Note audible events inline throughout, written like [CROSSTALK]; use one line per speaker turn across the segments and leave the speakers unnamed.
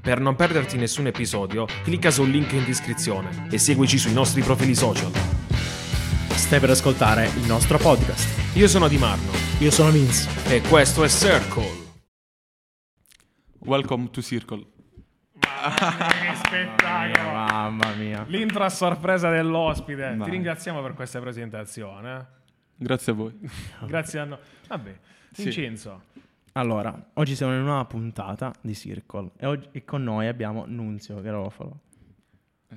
Per non perderti nessun episodio, clicca sul link in descrizione e seguici sui nostri profili social.
Stai per ascoltare il nostro podcast.
Io sono Di Marno
Io sono Vince.
e questo è Circle.
Welcome to Circle.
Che spettacolo!
Mamma mia.
L'intro a sorpresa dell'ospite.
Vai.
Ti ringraziamo per questa presentazione. eh.
Grazie a voi.
Grazie a noi. Vabbè,
Sì.
Vincenzo,
Allora, oggi siamo in una puntata di Circle e, oggi- e con noi abbiamo Nunzio Garofalo.
Eh,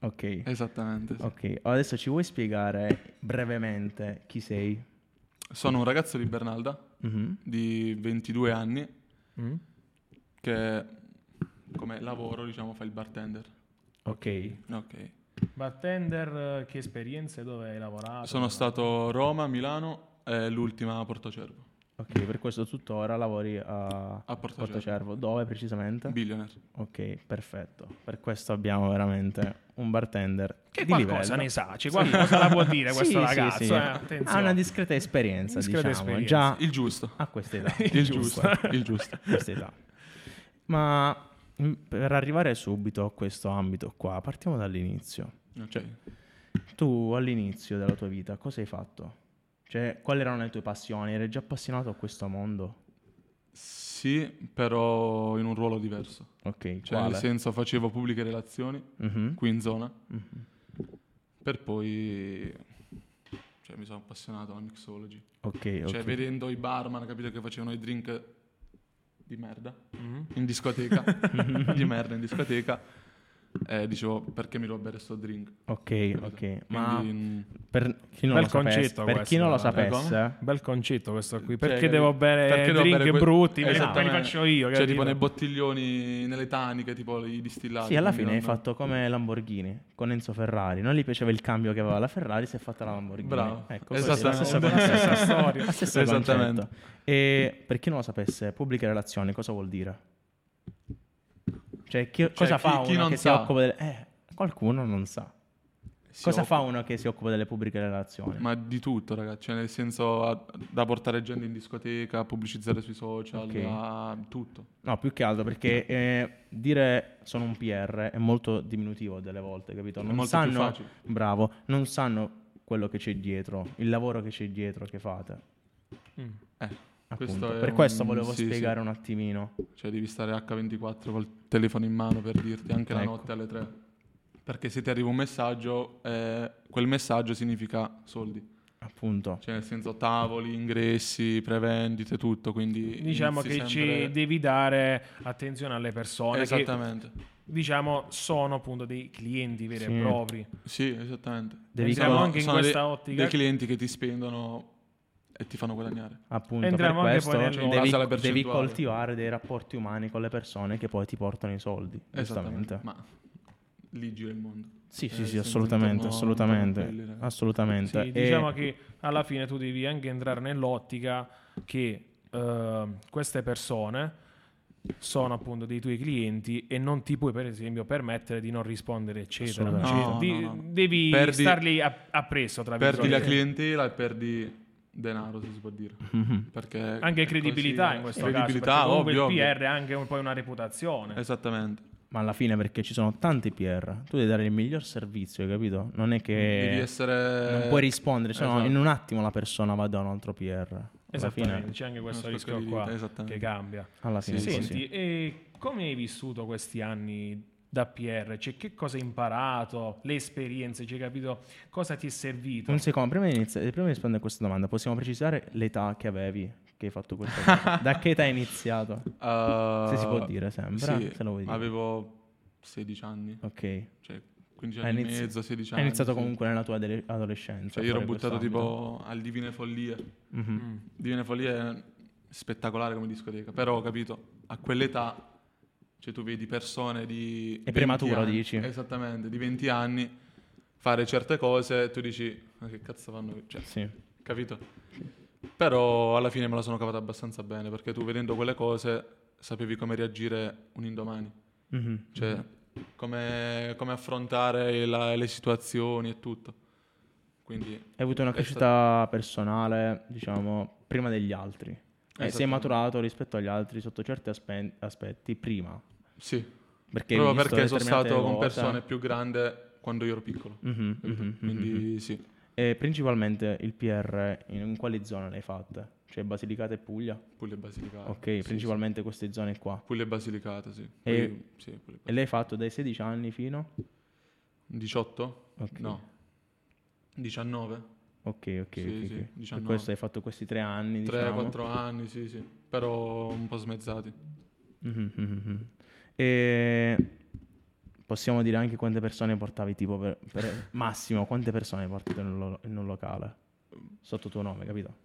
Ok.
Esattamente. sì.
Ok, adesso ci vuoi spiegare brevemente chi sei?
Sono un ragazzo di Bernalda
Mhm.
di 22 anni
Mm?
che come lavoro, diciamo, fa il bartender.
Ok.
Ok.
bartender, eh, che esperienze, dove hai lavorato?
Sono stato a Roma, Milano e l'ultima a Portocervo.
Ok, per questo tuttora lavori a,
A Portocervo.
Dove precisamente?
Billionaire.
ok, perfetto. Per questo abbiamo veramente un bartender
Che
di
qualcosa
livello.
ne sa, ci qualcosa la
[LAUGHS]
può dire questo
Sì, sì,
ragazzo.
sì.
eh,
Ha
attenzione.
una discreta esperienza,
Discreta
diciamo,
esperienza.
già
Il giusto.
a questa età.
[LAUGHS] Il giusto. Il giusto.
A questa età. Ma mh, per arrivare subito a questo ambito qua, partiamo dall'inizio.
Ok.
Tu all'inizio della tua vita cosa hai fatto? Cioè, quali erano le tue passioni? Eri già appassionato a questo mondo?
Sì, però in un ruolo diverso.
Ok,
Cioè,
quale?
nel Cioè, senso facevo pubbliche relazioni
Mhm.
qui in zona.
Mhm.
Per poi cioè, mi sono appassionato alla mixology.
Eh, Ok, ok.
Cioè, vedendo i barman, capito che facevano i drink di merda
Mhm.
[LAUGHS]
in discoteca. di merda in discoteca. eh, dicevo, perché mi devo bere sto drink?
Ok,
capito?
ok. Ma
Quindi, mm,
per chi non
Bel
lo sapesse,
concetto
per chi
questo,
non lo
guarda,
eh, come?
sapesse
Bel concetto questo qui. Perché
cioè,
devo
capi-
bere
perché devo
drink
bere que-
brutti? Me li- me li
Esattamente.
faccio io.
Cioè, tipo
capito?
nei bottiglioni, nelle taniche, tipo i distillati.
Sì, alla
quindi
fine hai
non-
fatto come Lamborghini con Enzo Ferrari. Non gli piaceva il cambio che aveva la Ferrari, si è fatta la Lamborghini.
Bravo.
Ecco, così,
Esattamente.
la stessa,
[LAUGHS] La
cosa-
stessa storia.
La stessa
Esattamente.
concetto. E per chi non lo sapesse, pubbliche relazioni cosa vuol dire? Cioè, chi- cosa
chi-
fa
chi
uno
non
che si
sa?
occupa delle... Eh, qualcuno non sa.
Sì,
cosa
ho-
fa uno che si occupa delle pubbliche relazioni?
Ma di tutto, ragazzi. Cioè, nel senso, a- da portare gente in discoteca, a pubblicizzare sui social,
Ok.
a tutto.
No, più che altro perché eh, dire sono un PR è molto diminutivo delle volte, capito?
È
Non
molto più
sanno,
facile.
bravo, non sanno quello che c'è dietro, il lavoro che c'è dietro che fate.
Mm.
Eh,
appunto.
è
per
un-
questo volevo
sì, sì.
spiegare un attimino.
Cioè, devi stare H24 col telefono in mano per dirti anche la
Ecco.
notte alle 3. Perché se ti arriva un messaggio, eh, quel messaggio significa soldi.
Appunto,
Cioè, nel senso, tavoli, ingressi, prevendite, tutto. Quindi
Diciamo
inizi
che
sempre-
ci devi dare attenzione alle persone. che
Esattamente.
diciamo, sono appunto dei clienti veri
Sì.
e propri.
Sì, esattamente.
Devi
Entriamo
con-
anche in
sono
questa
dei-
ottica.
Dei clienti che ti spendono e ti fanno guadagnare.
appunto
Entriamo
per
anche
questo
poi nel- Cioè, in
devi,
base alla
devi
percentuale.
coltivare dei rapporti umani con le persone che poi ti portano i soldi,
Esattamente.
giustamente.
Ma lì gira il mondo.
Sì, sì,
Eh,
sì,
senza
assolutamente,
intorno- intorno a
assolutamente,
quelli, ragazzi.
assolutamente.
Sì,
E-
Diciamo che alla fine tu devi anche entrare nell'ottica che eh, queste persone sono appunto dei tuoi clienti e non ti puoi per esempio permettere di non rispondere eccetera
Assolutamente.
Cioè, di-
No, no, no.
devi
Perdi-
starli a- appresso tra
Perdi la
virgolette.
clientela e perdi denaro, se si può dire.
Mhm.
Perché
anche
Eh, è
credibilità
così,
in
eh.
questo
credibilità,
caso perché comunque
ovvio, ovvio.
il PR ha anche un- poi una reputazione
Esattamente.
[LAUGHS] Ma alla fine perché ci sono tanti PR, tu devi dare il miglior servizio, hai capito? Non è
Devi
che
essere...
Eh, non puoi rispondere, se no
Esatto.
in un attimo la persona va da un altro PR. Alla
esattamente
fine,
c'è anche questo
Uno spacco
rischio
di
qua
vita, eh, esattamente.
che cambia
alla fine
Sì,
sì,
Senti,
sì.
e come hai vissuto questi anni da PR? Cioè, che cosa hai imparato? Le esperienze, cioè, capito? Cosa ti è servito?
Un secondo, prima di, iniziare, prima di rispondere a questa domanda, possiamo precisare l'età che avevi, che hai fatto questa
[LAUGHS]
cosa? da che età hai iniziato?
Eh,
Se si può dire sempre,
sì,
se lo vuoi dire.
avevo 16 anni,
Ok.
cioè 15
Hai
anni
inizi-
e mezzo, 16
Hai
anni.
iniziato
sì.
comunque nella tua adole- adolescenza.
Cioè,
a
io ero
fare
buttato
quest'ambito.
tipo al Divine Follie.
Mhm.
Mm.
Divine Follie è spettacolare come discoteca, però ho capito, a quell'età, cioè tu vedi persone di... 20
prematuro,
anni-
dici?
Esattamente, di 20 anni, fare certe cose, tu dici, ma che cazzo fanno? Cioè,
Sì.
capito? Però alla fine me la sono cavata abbastanza bene, perché tu vedendo quelle cose sapevi come reagire un indomani.
Mhm.
Cioè, come, come affrontare la- le situazioni e tutto. Quindi,
Hai avuto una
È
crescita personale, diciamo, prima degli altri. Eh, sei
Esattamente.
maturato rispetto agli altri sotto certi aspe- aspetti prima.
Sì,
Perché hai
proprio
visto
perché sono
determinate
stato con
cose.
persone più grandi quando io ero piccolo.
Mhm, mhm,
Quindi
mhm.
sì.
E principalmente il PR in, in quali zone l'hai fatta? Cioè Basilicata e Puglia?
Puglia e Basilicata.
ok,
Sì,
principalmente queste zone qua.
sì. Puglia e Basilicata, sì.
E-
Poi- sì, Puglia e
E l'hai fatto dai 16 anni fino?
Basilicata. 18?
Ok.
No. 19?
Ok, ok,
Sì,
ok,
sì,
ok. Per
19.
questo hai fatto questi tre anni,
3,
diciamo.
4 anni, sì, sì. Però un po' smezzati.
Mhm, mhm, mhm. E possiamo dire anche quante persone portavi, tipo per,
[LAUGHS]
per- massimo, quante persone porti in un, lo- in un locale? Sotto tuo nome, capito?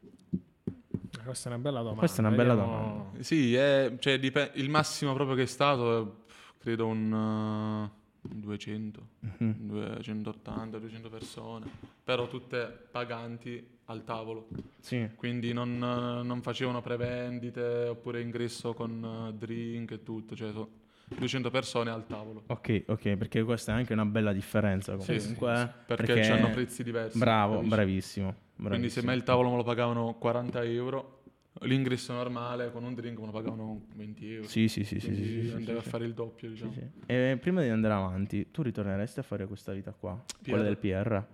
Questa è una bella domanda.
Questa è una bella
vediamo-
domanda.
Sì, è- cioè, dipen- il massimo proprio che è stato, è, pff, credo, un eh, 200,
Mhm.
280, 200 persone, però tutte paganti al tavolo,
Sì.
quindi non, eh, non facevano prevendite oppure ingresso con eh, drink e tutto, cioè so- 200 persone al tavolo,
Ok, ok, perché questa è anche una bella differenza comunque.
Sì, sì,
eh,
perché, hanno prezzi diversi.
Bravo,
capisci?
bravissimo,
Quindi se
bravissimo.
me il tavolo me lo pagavano 40 euro, l'ingresso normale con un drink me lo pagavano 20 euro.
Sì, sì, sì, sì,
Quindi
sì, sì, sì,
andava
sì,
a fare il doppio,
sì,
diciamo.
sì. E prima di andare avanti, tu ritorneresti a fare questa vita qua? Quella
PR?
del PR?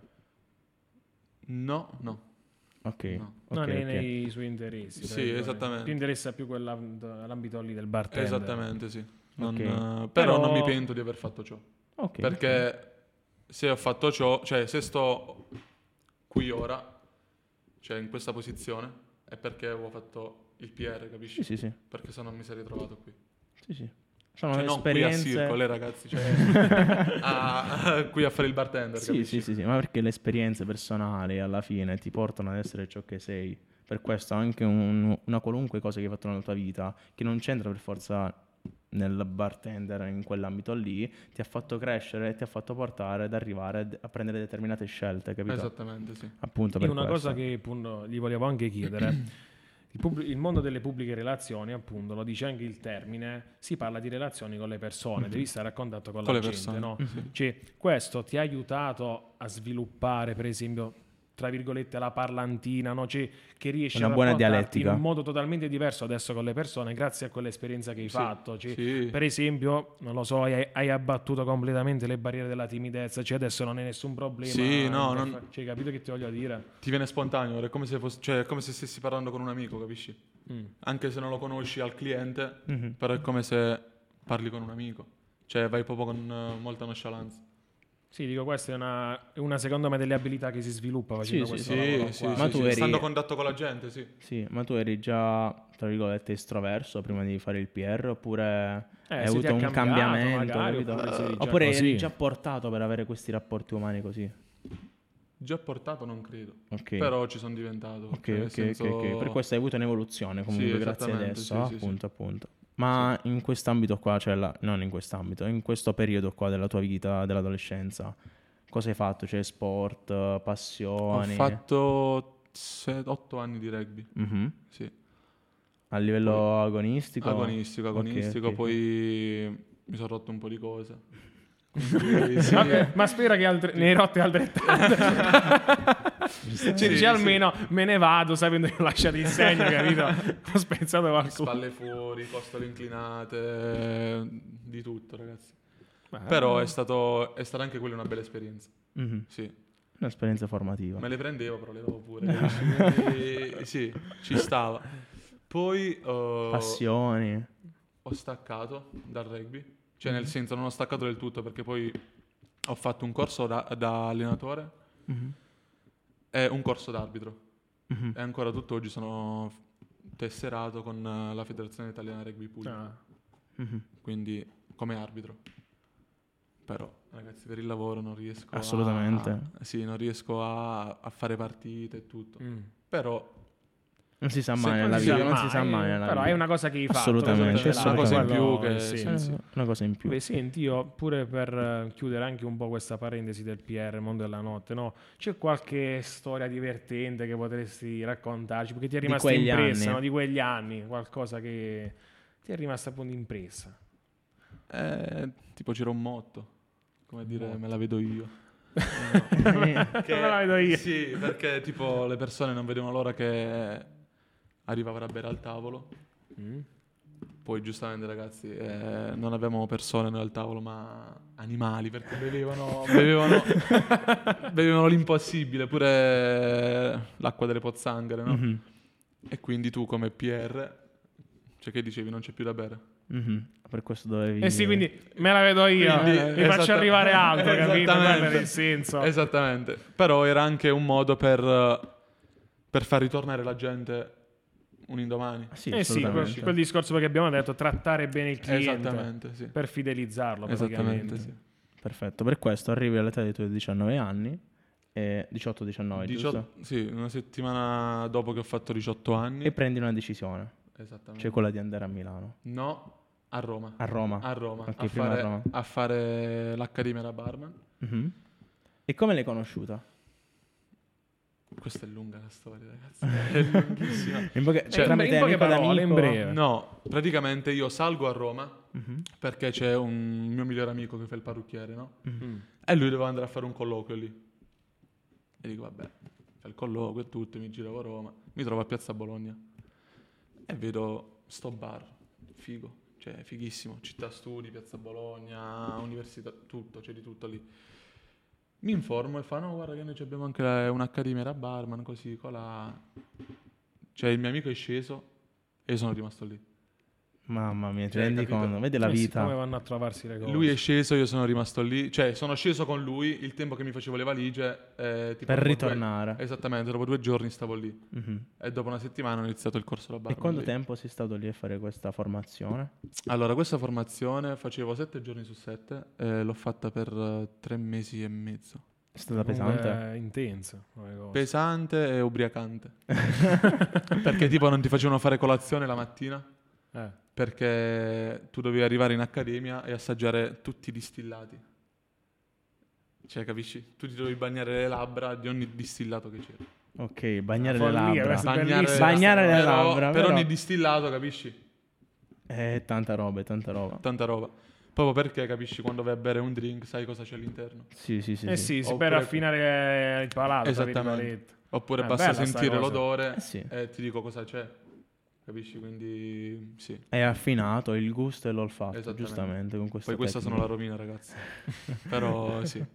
No, no.
Ok.
No.
ok,
no, nei,
ok.
nei suoi interessi. tra
Sì,
virgolette.
esattamente.
Ti interessa più quella- l'ambito lì del bartender.
Esattamente, sì. Non,
Ok.
eh, però,
Però-
non mi pento di aver fatto ciò.
Ok,
perché se ho fatto ciò, cioè se sto qui ora, cioè in questa posizione, è perché ho fatto il PR, capisci?
Sì, sì, sì.
Perché se no mi sarei trovato qui.
sì, sì. Sono
Cioè non qui a
esperienze...
Circolo, eh, ragazzi, cioè
[LAUGHS]
a- a- qui a fare il bartender,
Sì,
capisci?
sì, sì, sì, ma perché le esperienze personali alla fine ti portano ad essere ciò che sei. Per questo anche un- una qualunque cosa che hai fatto nella tua vita, che non c'entra per forza nel bartender in quell'ambito lì, ti ha fatto crescere e ti ha fatto portare ad arrivare ad- a prendere determinate scelte, capito?
Esattamente, sì.
Appunto
Esatto. Io
per
una
questo.
cosa che appunto, gli volevo anche chiedere.
[CLEARS THROAT]
Il, pubblic- il mondo delle pubbliche relazioni, appunto, lo dice anche il termine, si parla di relazioni con le persone, devi stare a contatto con,
Mhm. Con
la
le
gente,
persone, Mhm.
no? Cioè, questo ti ha aiutato a sviluppare, per esempio, tra virgolette, la parlantina, no? Cioè, che riesci
Una
a
buona
rapportarti
dialettica.
in modo totalmente diverso adesso con le persone, grazie a quell'esperienza che hai
Sì,
fatto. Cioè,
sì.
Per esempio, non lo so, hai, hai abbattuto completamente le barriere della timidezza, cioè adesso non è nessun problema.
Sì, no, non-
interfa- cioè, capito che ti voglio dire?
Ti viene spontaneo, è come se, fosse- cioè, è come se stessi parlando con un amico, capisci?
Mm.
Anche se non lo conosci al cliente, però è come se parli con un amico. Cioè vai proprio con eh, molta nonchalance.
Sì, dico, questa è una, è una, secondo me delle abilità che si sviluppa facendo
Sì,
questo
Sì,
lavoro
sì,
qua.
sì,
Ma
sì,
tu
sì.
eri-
Stando a contatto con la gente, sì.
Sì, ma tu eri già, tra virgolette, estroverso prima di fare il PR oppure
Eh,
hai
se ti
avuto
ha cambiato,
un cambiamento?
magari,
capito?
oppure sei già
Oppure
così.
eri già portato per avere questi rapporti umani così?
Già portato non credo,
Ok.
però ci sono diventato.
Ok,
cioè, nel
ok,
senso-
ok, ok. Per questo hai avuto un'evoluzione comunque,
Sì,
grazie
esattamente,
adesso,
sì, sì, sì.
appunto, appunto. Ma in quest'ambito qua, cioè la- non in quest'ambito, in questo periodo qua della tua vita, dell'adolescenza, cosa hai fatto? Cioè sport,
Ho
passioni?
fatto 8 anni di rugby,
Mhm.
sì.
A livello agonistico?
Agonistico,
Ah, Ok,
agonistico,
ok.
poi mi sono rotto un po'
[LAUGHS]
di cose. Quindi,
[LAUGHS]
sì,
Ma, ma spero che altre- ne hai rotte altrettante. Cioè,
Sì,
dici,
sì.
almeno me ne vado sapendo che ho lasciato il segno,
[LAUGHS]
capito? Ho spezzato qualcuno.
spalle fuori, costole inclinate, di tutto, ragazzi.
Ah. eh,
Però è, stato, è stata anche quella una bella esperienza.
Mhm.
Sì.
Un'esperienza formativa.
Me le prendevo, però le davo pure. capisci? Quindi, sì, ci stava. Poi eh,
Passioni?
ho staccato dal rugby, cioè nel senso non ho staccato del tutto perché poi ho fatto un corso da, da allenatore
Mhm.
e un corso d'arbitro.
Mhm.
E ancora tutt'oggi sono f- tesserato con eh, la Federazione Italiana Rugby Puglia,
Ah.
Mhm.
quindi come arbitro. Però, ragazzi, per il lavoro non riesco a-
Assolutamente.
sì, non riesco a, a fare partite e tutto.
Mm.
Però
Non si sa
Se-
mai nella
non si
vita,
sa
non si sa mai nella
Però è
vita.
una cosa che hai fatto. cioè,
Assolutamente,
cosa che ce l'hai,
Una cosa in
quello-
più che-
sì.
sì.
Eh, Una cosa in più.
Beh, senti, io pure per eh, chiudere anche un po' questa parentesi del PR, mondo della notte, no? C'è qualche storia divertente che potresti raccontarci? Perché ti è
Di
rimasta
quegli
impressa,
anni.
no? Di quegli anni, qualcosa che ti è rimasta appunto impressa.
Eh, tipo c'era un motto, come dire, me la vedo io.
[LAUGHS] Che me la vedo io.
Sì, perché tipo le persone non vedevano l'ora che arrivava la bere al tavolo
Mm?
Poi giustamente ragazzi eh, non avevamo persone noi al tavolo ma animali perché bevevano, bevevano, bevevano l'impossibile, pure eh, l'acqua delle pozzanghere. No?
Mhm,
E quindi tu come PR, cioè che dicevi non c'è più da bere?
mhm. Per questo dovevi...
Eh sì, quindi me la vedo io,
Quindi,
eh, vi
esatta-
faccio arrivare altro, capito?
Esattamente.
Quello era il senso.
Esattamente. Però era anche un modo per, eh, per far ritornare la gente un indomani.
Ah, Sì,
eh sì, quel,
assolutamente.
quel discorso perché abbiamo detto, trattare bene il cliente
Esattamente, sì.
per fidelizzarlo
Esattamente,
praticamente.
sì.
Perfetto, per questo arrivi all'età dei tuoi 19 anni, e 18-19, giusto?
18 sì, una settimana dopo che ho fatto 18 anni.
E prendi una decisione,
Esattamente.
cioè quella di andare a Milano,
No, a Roma.
a Roma.
Ah.
A Roma,
Ok,
a,
prima
fare,
a Roma.
a fare l'Accademia da Barman.
Mhm. E come l'hai conosciuta?
Questa è lunga la storia, ragazzi. È
[LAUGHS]
lunghissima.
In poche,
Cioè,
tramite
in poche
amico ad
parole, in
amico?
breve.
No, praticamente io salgo a Roma
Eh. Mhm,
perché c'è un mio migliore amico che fa il parrucchiere, no?
mhm.
E lui doveva andare a fare un colloquio lì. E dico, vabbè, fa il colloquio e tutto, mi giravo a Roma, mi trovo a Piazza Bologna. E vedo sto bar, figo, cioè fighissimo, città studi, Piazza Bologna, università, tutto, c'è di tutto lì. Mi informo e fa, no, guarda che noi ci abbiamo anche la- un'accademia da barman, così, colà. Cioè il mio amico è sceso e io sono rimasto lì.
Mamma mia, ti
Cioè,
rendi
capito?
conto? Vedi
Eh
la
sì,
vita.
Come vanno a trovarsi le cose.
Lui è sceso, io sono rimasto lì, cioè sono sceso con lui il tempo che mi facevo le valigie. eh, tipo
Per
dopo due-
ritornare.
Esattamente, dopo due giorni stavo lì
Mhm.
e dopo una settimana ho iniziato il corso da
E
barman.
quanto
lì.
tempo sei stato lì a fare questa formazione?
Allora, questa formazione facevo sette giorni su sette e l'ho fatta per eh, tre mesi e mezzo.
È stata
Comunque,
pesante?
eh, intenso. come cosa. [LAUGHS]
Pesante e ubriacante.
[LAUGHS]
[LAUGHS] perché tipo non ti facevano fare colazione la mattina?
Eh.
Perché tu dovevi arrivare in accademia e assaggiare tutti i distillati. Cioè, capisci? Tu ti dovevi bagnare le labbra di ogni distillato che c'era.
Ok, bagnare le
Follia,
labbra.
questa- Bellissima.
Bagnare le
Però-
labbra,
Per
però.
ogni distillato, capisci?
Eh, tanta roba, è tanta roba.
Tanta roba. Proprio perché, capisci, quando vai a bere un drink sai cosa c'è all'interno.
Sì, sì, sì.
Eh
sì.
sì, sì,
Oppure-
per affinare il palato, tra
Esattamente.
virgolette.
Oppure
Eh,
basta
bella sta
sentire
cosa.
l'odore
Eh sì.
e ti dico cosa c'è. Capisci? Quindi sì.
Hai affinato il gusto e l'olfatto,
Esattamente.
giustamente, con questa
Poi questa sono la
[LAUGHS]
rovina, ragazzi. Però sì.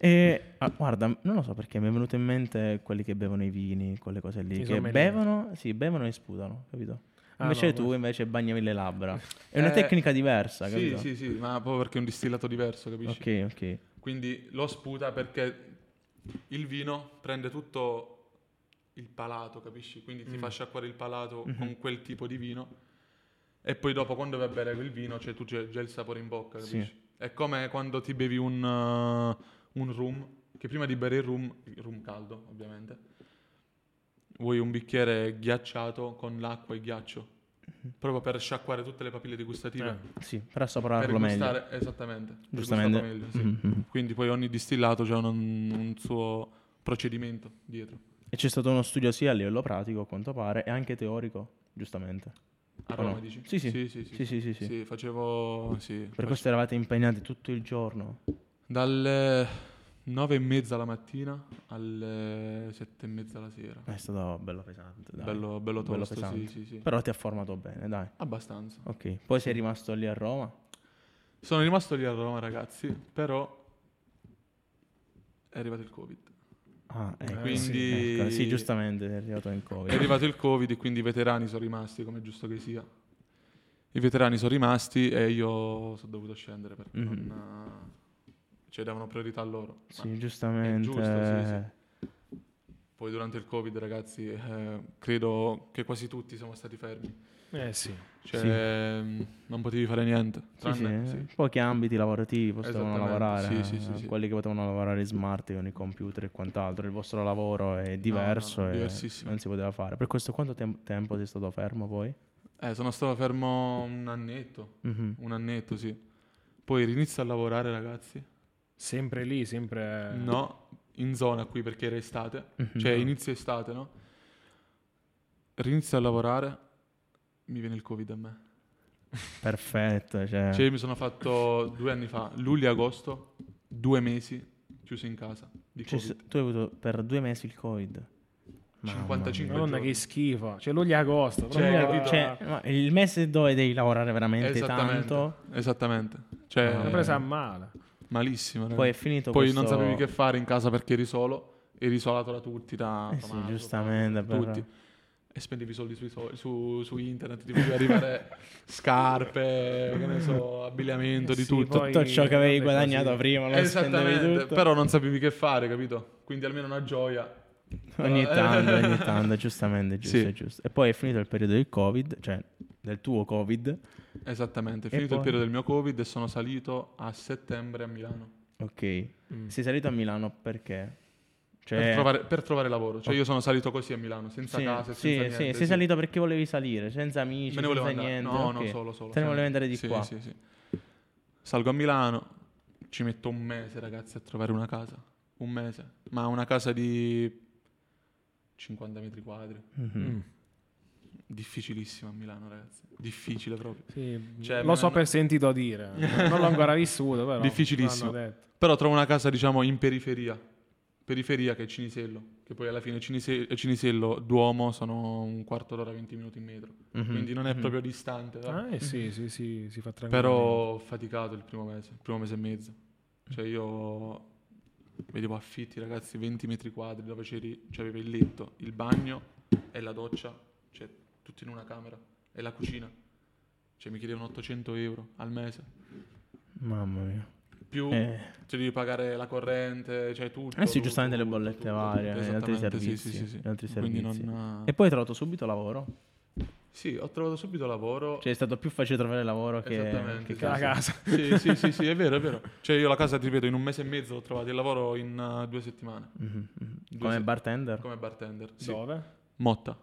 E ah, guarda, non lo so perché mi è venuto in mente quelli che bevono i vini, quelle cose lì.
I
che
sommelier.
bevono, sì, bevono e sputano, capito?
Ah,
Invece
no,
tu
questo-
invece bagnavi le
[LAUGHS]
labbra. È una
Eh,
tecnica diversa,
Sì,
capito?
sì, sì, ma proprio perché è un distillato diverso, capisci?
Ok, ok.
Quindi lo sputa perché il vino prende tutto il palato, capisci? Quindi
Mm.
ti fa sciacquare il palato
Mm-hmm.
con quel tipo di vino e poi dopo quando vai a bere quel vino cioè, tu c'è già il sapore in bocca,
Sì.
capisci? È come quando ti bevi un, uh, un rum, che prima di bere il rum, il rum caldo ovviamente, vuoi un bicchiere ghiacciato con l'acqua e ghiaccio,
Mm-hmm.
proprio per sciacquare tutte le papille degustative.
Eh.
Sì, per
Per
assaporarlo meglio.
gustare, esattamente. per
Giustamente.
gustarlo meglio, sì.
Mhm.
Quindi poi ogni distillato c'è un, un suo procedimento dietro.
E c'è stato uno studio sia a livello pratico, a quanto pare, e anche teorico, giustamente.
A
O
Roma
no?
dici?
Sì, sì.
Sì, sì, sì.
Sì, sì, sì, sì.
Sì, facevo... Sì,
Per
fac-
questo eravate impegnati tutto il giorno.
Dalle nove e mezza la mattina alle sette e mezza la sera.
È stato bello pesante. Eh, dai.
Bello, bello tosto, sì, sì, sì.
Però ti ha formato bene, dai.
Abbastanza.
Ok. Poi sei rimasto lì a Roma.
Sono rimasto lì a Roma, ragazzi, però è arrivato il Covid.
Ah, ecco,
Quindi-
sì, ecco, sì, giustamente è arrivato in Covid.
È arrivato il Covid e quindi i veterani sono rimasti, come è giusto che sia. I veterani sono rimasti e io sono dovuto scendere perché
Mhm.
non, eh, cioè davano priorità a loro. Ma
Sì, giustamente. eh,
giusto, sì, poi durante il Covid, ragazzi, eh, credo che quasi tutti siamo stati fermi.
Eh sì.
Cioè,
Sì.
mh, non potevi fare niente.
Sì, sì,
tranne- sì.
eh, Pochi ambiti lavorativi potevano
Esattamente,
lavorare,
sì, sì, sì,
eh,
sì.
quelli che potevano lavorare in smart con i computer e quant'altro. Il vostro lavoro è diverso
no, no,
e
diversissimo.
non si poteva fare. Per questo quanto tem- tempo sei stato fermo poi?
Eh, sono stato fermo un annetto,
Mhm.
un annetto, sì. Poi rinizio a lavorare, ragazzi.
Eh.
Sempre lì, sempre...
No, in zona qui perché era estate, cioè
Mm-hmm. Mhm.
inizio estate, no? Rinizio a lavorare, mi viene il Covid a me.
Perfetto, cioè,
Cioè, io mi sono fatto due anni fa, luglio e agosto, due mesi chiuso in casa di
cioè,
Covid.
tu hai avuto per due mesi il Covid. Mamma
55
Madonna,
giorni.
che schifo. Cioè, l'Uglia Agosto.
Cioè,
proprio-
capito?
Cioè, ma il mese dove devi lavorare veramente
Esattamente.
tanto,
Esattamente. Cioè,
Ah,
L'ho presa a male.
malissimo. raga.
poi è finito
Poi
questo...
non sapevi che fare in casa perché eri solo. Eri solato da tutti, da
Eh sì,
Tommaso,
giustamente,
da tutti.
però.
E spendevi soldi sui sol- su, su internet, ti poteva arrivare
[LAUGHS]
scarpe, che ne so, abbigliamento,
Eh
di
sì,
tutto.
poi-
Tutto ciò che avevi
vabbè,
guadagnato
così.
prima, lo spendevi
Esattamente,
tutto.
però non sapevi che fare, capito? Quindi almeno una gioia.
Ogni
[LAUGHS] Però-
tanto, ogni tanto, giustamente, giusto,
Sì.
giusto. E poi è finito il periodo del Covid, cioè del tuo Covid.
Esattamente, è
E
finito il
poi?
periodo del mio Covid e sono salito a settembre a Milano.
Ok.
Mm.
Sei salito a Milano perché? Cioè...
Per, trovare, per trovare lavoro, cioè io sono salito così a Milano, senza
Sì,
casa, e
sì,
senza
sì,
niente.
sei salito perché volevi salire, senza amici,
Me ne
senza
volevo andare.
niente.
no,
ok.
no, solo, solo.
Te ne
solo.
volevi andare di
Sì,
qua.
sì, sì. Salgo a Milano, ci metto un mese, ragazzi, a trovare una casa. Un mese. Ma una casa di 50 metri quadri.
Mhm.
Mm.
Difficilissima a Milano, ragazzi. Difficile proprio.
Sì,
Cioè,
lo
me
so
ne-
per sentito
[LAUGHS]
dire, non l'ho ancora vissuto, però.
Difficilissimo.
l'hanno detto.
Però trovo una casa, diciamo, in periferia. Periferia che è Cinisello. Che poi alla fine Cinise- Cinisello, Duomo, sono un quarto d'ora, 20 minuti in metro.
Mhm.
Quindi non è
Mhm.
proprio distante. va.
Ah, eh, sì, sì, sì, si fa tranquillo.
Però ho faticato il primo mese, il primo mese e mezzo. Cioè io vedevo affitti, ragazzi, 20 metri quadri dove c'eri, c'avevi il letto, il bagno e la doccia, cioè tutto in una camera e la cucina. Cioè mi chiedevano 800 euro al mese.
Mamma mia.
Più
Eh.
ti devi pagare la corrente, cioè tutto.
Eh sì,
tutto,
giustamente le
tutto,
bollette
tutto,
varie,
tutto,
gli altri
esattamente,
servizi.
Sì, sì, sì, sì.
gli altri
Quindi
servizi.
non- eh,
E poi hai trovato subito lavoro?
Sì, ho trovato subito lavoro.
Cioè è stato più facile trovare lavoro che,
Esattamente,
che
sì.
La
casa.
casa.
Sì, sì, sì, sì, è vero, è vero. Cioè io la casa, ti ripeto, in un mese e mezzo ho trovato il lavoro in eh, due settimane.
Mhm, mhm.
Due
Come
se-
bartender?
Come bartender, sì.
Dove?
Motta,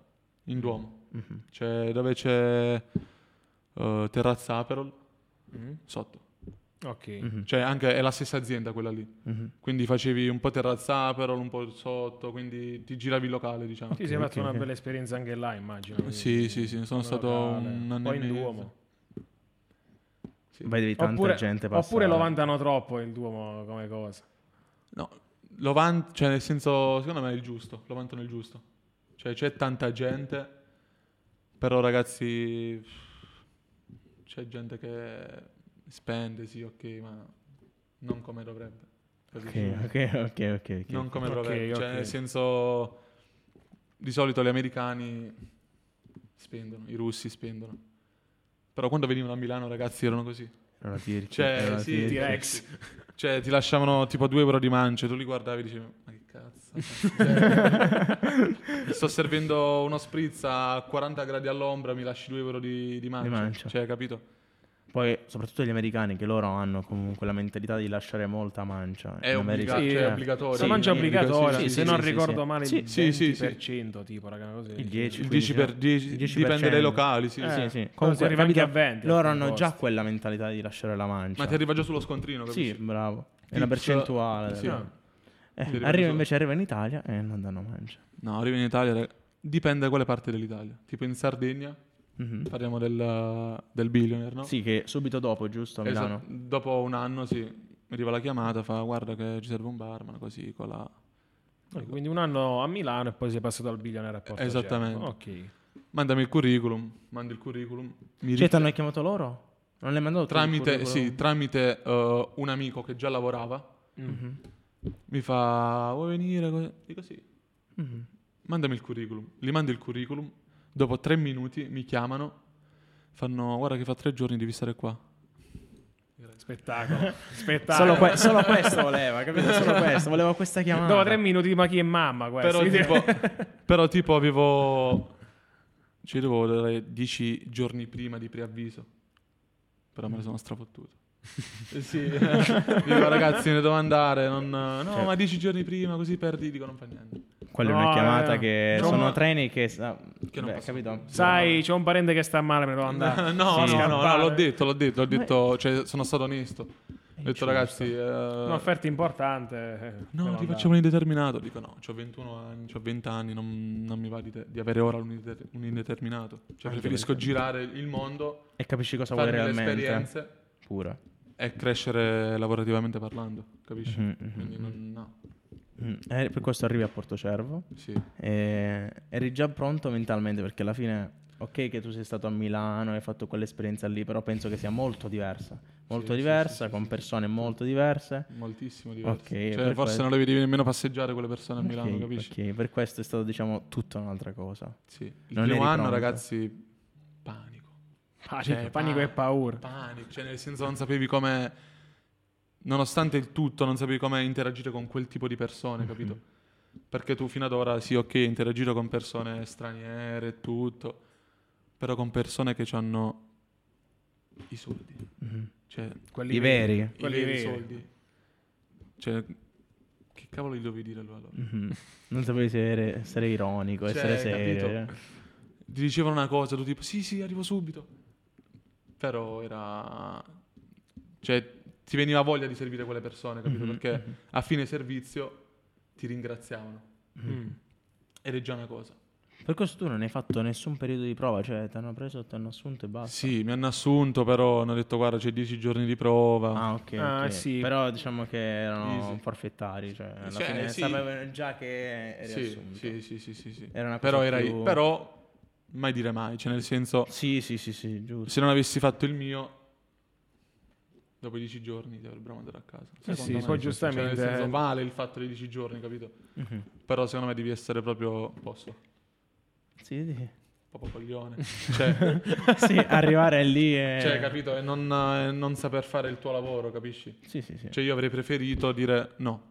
in Duomo.
Mhm.
Cioè, dove c'è eh, Terrazza Aperol,
Mm.
sotto.
Ok.
Mhm,
Cioè, anche è la stessa azienda quella lì.
mhm.
Quindi facevi un po' Terrazza Aperol, un po' sotto, quindi ti giravi il locale, diciamo.
Sì, si è fatto
ok,
una
ok.
bella esperienza anche là, immagino. quindi,
Sì, sì, sì, sono
come
stato
locale.
un anno
Poi
e
in
mezzo.
Duomo.
Sì.
Vai, devi tanta
Oppure,
gente passare.
oppure lo vantano troppo il Duomo come cosa.
No, lo van- cioè nel senso, secondo me è il giusto, lo vantano il giusto. Cioè c'è tanta gente, però ragazzi, c'è gente che spende, sì, ok, ma non come dovrebbe. capisci?
Ok, ok, ok, ok. ok.
Non come
Ok,
dovrebbe. Cioè
ok.
nel senso, di solito gli americani spendono, i russi spendono. Però quando venivano a Milano ragazzi erano così.
Allora, tirchi,
Cioè,
allora,
sì,
tirchi.
sì,
Eh, T-Rex.
sì. Cioè, ti lasciavano tipo 2 euro di mance, tu li guardavi e dicevi, ma che cazzo? [LAUGHS] Mi sto servendo uno spritz a 40 gradi all'ombra, mi lasci 2 euro di, di mance.
Di mancia.
Cioè, capito?
[LAUGHS] Poi, soprattutto gli americani, che loro hanno comunque la mentalità di lasciare molta mancia.
È,
In
obbliga-
America-
Sì,
cioè,
eh.
è obbligatorio.
Sì,
la mancia
sì,
obbligatoria,
sì, sì,
se
sì,
non
sì,
ricordo
sì.
male il
Sì, sì, sì, sì.
20%, tipo, raga, una cosa del
Il
genere.
10,
Il 10 per 10,
10%.
dipende dai locali, sì.
Eh,
sì,
sì.
sì.
Però si arriva anche
capito?
a 20
Loro
alcuni
hanno già
posti.
quella mentalità di lasciare la mancia.
Ma ti arriva già sullo scontrino,
Sì,
capisci?
bravo. È
Tips-
una percentuale.
Sì.
della-
No.
Eh,
Ti arriva
arriva
già-
invece arriva in Italia e non danno mancia.
No, arrivi in Italia, rag- dipende da quale parte dell'Italia. Tipo in Sardegna,
Mhm.
parliamo del, del billionaire, no?
Sì, che subito dopo, giusto? A
Esatto,
Milano.
Dopo un anno, sì, mi arriva la chiamata, fa guarda che ci serve un barman, così, con la...
Ok, Quindi un anno a Milano e poi sei passato al billionaire a Porto
Esattamente.
Cervo. Ok.
Mandami il curriculum, mando il curriculum. Mi
Cioè,
ri-
ti hanno chiamato loro? Non le hai mandato tu il
tramite,
curriculum?
sì, tramite eh, un amico che già lavorava,
Mm.
Mhm.
mi fa vuoi venire? Così- Dico sì,
Mhm.
mandami il curriculum. Gli mando il curriculum, dopo tre minuti mi chiamano, fanno guarda che fa tre giorni devi stare qua. [LAUGHS]
Spettacolo. Spettacolo.
Solo, que- solo questo voleva, capito? Solo questo, voleva questa chiamata.
Dopo tre minuti, ma chi è mamma? Questo? [LAUGHS]
Però tipo, però tipo avevo... Ci dovevo dare dieci giorni prima di preavviso. Però me ne sono strafottuto. Eh sì, [LAUGHS] dico ragazzi ne devo andare, non- no
Cioè-
ma dieci giorni prima così perdi, dico non fa niente.
Quella è
No,
una chiamata
eh,
che
no,
sono
ma-
treni che... sa-
Che non
beh,
posso-
capito?
Sai, c'è un parente che sta male, me ne devo
[LAUGHS]
andare.
No,
Sì.
no, no, no,
Scappare.
l'ho detto, l'ho detto, l'ho detto, cioè, sono stato onesto. Ho detto,
giusto.
ragazzi, eh,
Un'offerta importante. eh, devo
no, ti
andare.
facciamo un indeterminato. Dico, no, ho 21 anni, ho 20 anni, non, non mi va di, te- di avere ora un, indeter- un indeterminato. Cioè,
Anche
preferisco
perché-
girare il mondo,
E capisci cosa vuoi
fare le
realmente.
esperienze
Pure.
e crescere lavorativamente parlando, capisci?
Mhm, mhm,
Quindi
mhm.
non, no.
Mm, eh, per questo arrivi a Portocervo
Sì.
e eri già pronto mentalmente perché alla fine, ok che tu sei stato a Milano e hai fatto quell'esperienza lì, però penso che sia molto diversa, molto
sì, sì,
diversa,
sì,
con
sì.
persone molto diverse.
Moltissimo diverso.
Ok,
Cioè,
per
forse
questo-
non le vedi nemmeno passeggiare quelle persone a Milano,
Ok,
capisci?
ok, per questo è stato diciamo tutta un'altra cosa.
Sì. Il
Non eri
primo anno,
pronto.
ragazzi, panico.
Panico,
Cioè,
Ah, panico
pa-
e paura.
Panico, cioè nel senso non sapevi come... Nonostante il tutto, non sapevi come interagire con quel tipo di persone, capito? Perché tu fino ad ora, sì, ok, interagire con persone straniere e tutto, però con persone che hanno i soldi.
Mhm.
Cioè,
Quelli
I veri.
i
Quelli
veri,
veri.
soldi. Cioè, che cavolo gli dovevi dire allora?
Mhm. Non sapevi se ere- essere ironico,
Cioè,
essere serio. eh.
capito? Ti dicevano una cosa, tu tipo, sì, sì, arrivo subito. Però era... Cioè, ti veniva voglia di servire quelle persone, capito?
Mhm,
Perché a fine servizio ti ringraziavano.
Mm.
Ed è già una cosa.
eh. Per questo tu non hai fatto nessun periodo di prova, cioè ti hanno preso, ti hanno assunto e basta.
Sì, mi hanno assunto, però hanno detto, guarda, c'è 10 giorni di prova.
Ah, ok.
Ah,
ok.
sì.
Però diciamo che erano
Easy.
forfettari, cioè alla
Cioè,
fine
sì.
sapevano già che eri
sì,
assunto.
sì, sì, sì, sì, sì.
Era una cosa
Però, era-
più-
però mai dire mai, cioè nel senso,
Sì, sì, sì, sì, giusto.
se non avessi fatto il mio, dopo 10 giorni ti avrebbero mandato a casa.
Sì,
Secondo
sì, poi
me Eh, sì,
Cioè, nel
giustamente...
senso, vale il fatto dei 10 giorni, capito?
Mhm.
Però secondo me devi essere proprio posso,
Sì,
[LAUGHS]
sì.
proprio
[LAUGHS]
coglione. Cioè,
Sì, arrivare lì e...
cioè, capito? E non, e non saper fare il tuo lavoro, capisci?
Sì, sì, sì.
Cioè, io avrei preferito dire no,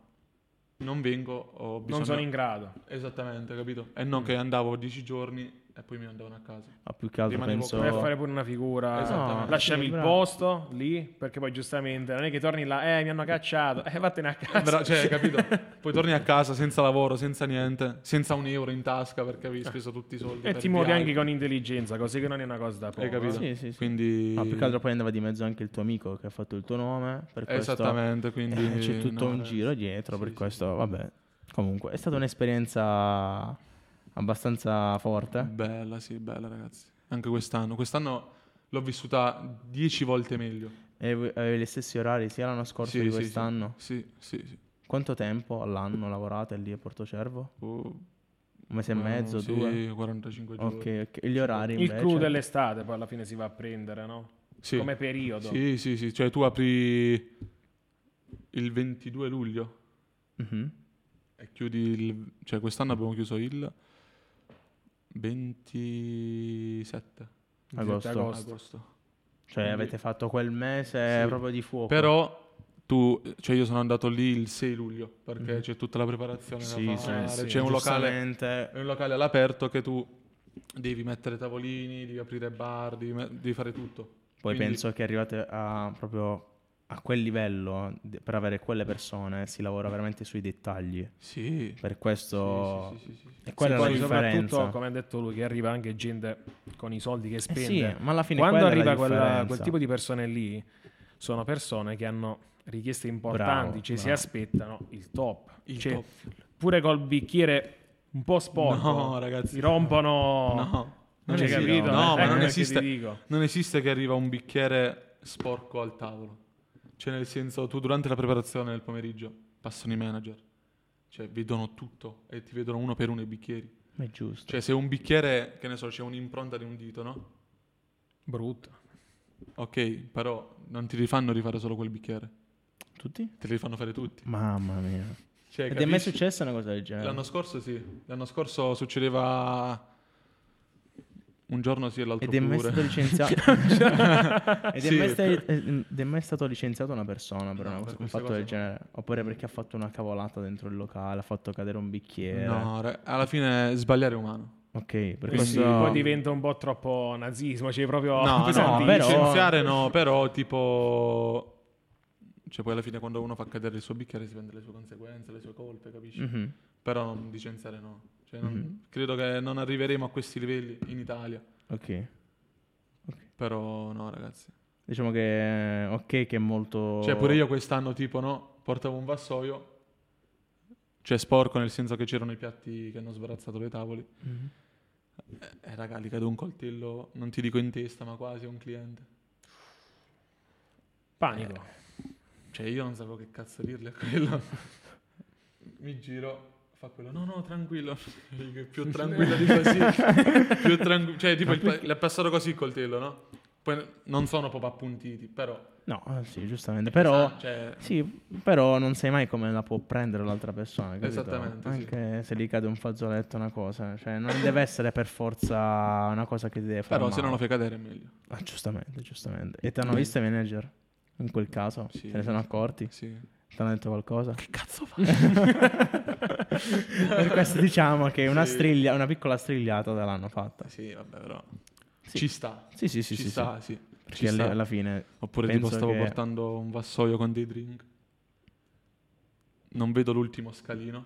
non vengo, ho bisogno...
non sono in grado.
Esattamente, capito? E
Mm.
non che andavo 10 giorni e poi mi andavano a casa.
[LAUGHS] Ma più che altro
rimanevo
penso...
Vai a fare pure una figura.
Esattamente.
Lasciami
Sì,
il
bravo.
posto lì, perché poi giustamente non è che torni là, eh, mi hanno cacciato, eh, vattene a
Ah,
casa.
Bra-
[LAUGHS]
cioè,
[LAUGHS]
capito? Poi torni a casa senza lavoro, senza niente, senza un euro in tasca perché avevi speso tutti i soldi.
E
per
ti muovi
viaggi.
anche con intelligenza, così che non è una cosa da poco.
Hai capito?
eh.
Sì, sì, sì.
Quindi...
Ma più che altro poi andava di mezzo anche il tuo amico che ha fatto il tuo nome. Per questo
Esattamente,
eh,
quindi...
c'è tutto
no,
un
eh,
giro dietro.
sì,
per
sì.
questo, vabbè. Comunque, è stata un'esperienza abbastanza forte.
Bella, sì, bella ragazzi. Anche quest'anno. Quest'anno l'ho vissuta dieci volte meglio.
E voi- avevi gli stessi orari sia l'anno scorso
Sì,
che
sì,
quest'anno.
Sì, sì, sì.
Quanto tempo all'anno lavorate lì a Portocervo?
Uh,
Un mese e
ma-
mezzo,
sì,
due?
45 giorni.
Ok, ok. Gli orari
Il
invece?
clou dell'estate poi alla fine si va a prendere, no?
Sì.
Come periodo.
sì, sì, sì. Cioè tu apri il 22 luglio
Mhm.
e chiudi il... Cioè quest'anno abbiamo chiuso il 27
Agosto.
agosto.
agosto.
Cioè
Quindi-
avete fatto quel mese
Sì.
proprio di fuoco.
Però tu... Cioè io sono andato lì il 6 luglio perché c'è tutta la preparazione
Mhm. Sì,
da
sì,
fare.
sì,
c'è un locale...
Giustamente,
È un locale all'aperto che tu devi mettere tavolini, devi aprire bar, devi, me- devi fare tutto.
Poi
Quindi-
penso che arrivate a, proprio a quel livello de- per avere quelle persone si lavora veramente sui dettagli.
Sì.
Per questo
Sì, sì, sì, sì, sì.
e quella
Sì,
è la
poi soprattutto,
differenza.
come ha detto lui, che arriva anche gente con i soldi che
Eh
spende.
sì, ma alla fine
Quando
quella è la
arriva quella-
differenza.
quel tipo di persone lì, sono persone che hanno richieste importanti,
Bravo,
ci si
bravo.
aspettano il top.
Il
Cioè,
top.
Pure col bicchiere un po' sporco,
No, ragazzi.
si rompono...
No,
Non
Non
hai
esiste.
capito?
No,
Eh,
ma non
che
esiste.
ti dico.
Non esiste che arriva un bicchiere sporco al tavolo. Cioè, nel senso, tu durante la preparazione del pomeriggio passano i manager. Cioè, vedono tutto e ti vedono uno per uno i bicchieri.
Ma è giusto.
Cioè, se un bicchiere, che ne so, c'è un'impronta di un dito, no?
Brutto.
Ok, però non ti rifanno rifare solo quel bicchiere.
Tutti?
Te li fanno fare tutti.
Mamma mia.
Cioè,
Ed è cioè, eh. mai
capisci?
successa una cosa del genere?
L'anno scorso sì, l'anno scorso succedeva un giorno sì e l'altro
Ed è mai
pure.
stato licenziato. Ed
[LAUGHS]
è,
Sì.
mai sta- ed è mai stato licenziato una persona per una
No, per
cosa, un
questa
fatto
cosa
del
no.
genere? Oppure perché ha fatto una cavolata dentro il locale, ha fatto cadere un bicchiere?
No, ra- alla fine sbagliare è umano.
Ok, per
Quindi
questo...
poi diventa un po' troppo nazismo, cioè proprio
No, no,
pesanti.
però-
licenziare no, però tipo... Cioè poi alla fine quando uno fa cadere il suo bicchiere si prende le sue conseguenze, le sue colpe, capisci?
Mhm.
Però non licenziare no. Cioè, non-
Mhm.
Credo che non arriveremo a questi livelli in Italia.
Ok.
Però no ragazzi.
Diciamo che ok che è molto...
Cioè, pure io quest'anno, tipo, no, portavo un vassoio. Cioè, sporco nel senso che c'erano i piatti che hanno sbarazzato le tavole.
Mhm.
E raga, gli cade un coltello, non ti dico in testa, ma quasi a un cliente.
Panico.
Cioè, io non sapevo che cazzo dirle a quello. [LAUGHS] mi giro, fa quello, no, no, tranquillo. [LAUGHS] più tranquilla di così. più tranqu- cioè, tipo, il pa- le è passato così il coltello, no? Poi non sono proprio appuntiti, però...
No, eh, sì, giustamente. Però,
sa- cioè,
sì, però non sai mai come la può prendere l'altra persona. capito?
Esattamente, sì.
Anche se gli cade un fazzoletto, una cosa. Cioè, non deve essere per forza una cosa che ti deve fare.
però se
male.
non lo fai cadere è meglio.
Ah, giustamente, giustamente. E ti hanno visto i manager? In quel caso?
Sì.
Se ne sono accorti?
Sì. eh,
Ti hanno detto qualcosa?
Che cazzo fa?
per questo diciamo che una
[LAUGHS] Sì.
striglia, una piccola strigliata te l'hanno fatta.
sì, vabbè, però...
Sì.
Ci sta.
Sì, sì, sì,
ci
sì,
sta, sì.
sì.
Ci
Perché
sta.
alla- alla fine...
[LAUGHS] Oppure
Penso
tipo stavo
che-
portando un vassoio con dei drink. Non vedo l'ultimo scalino.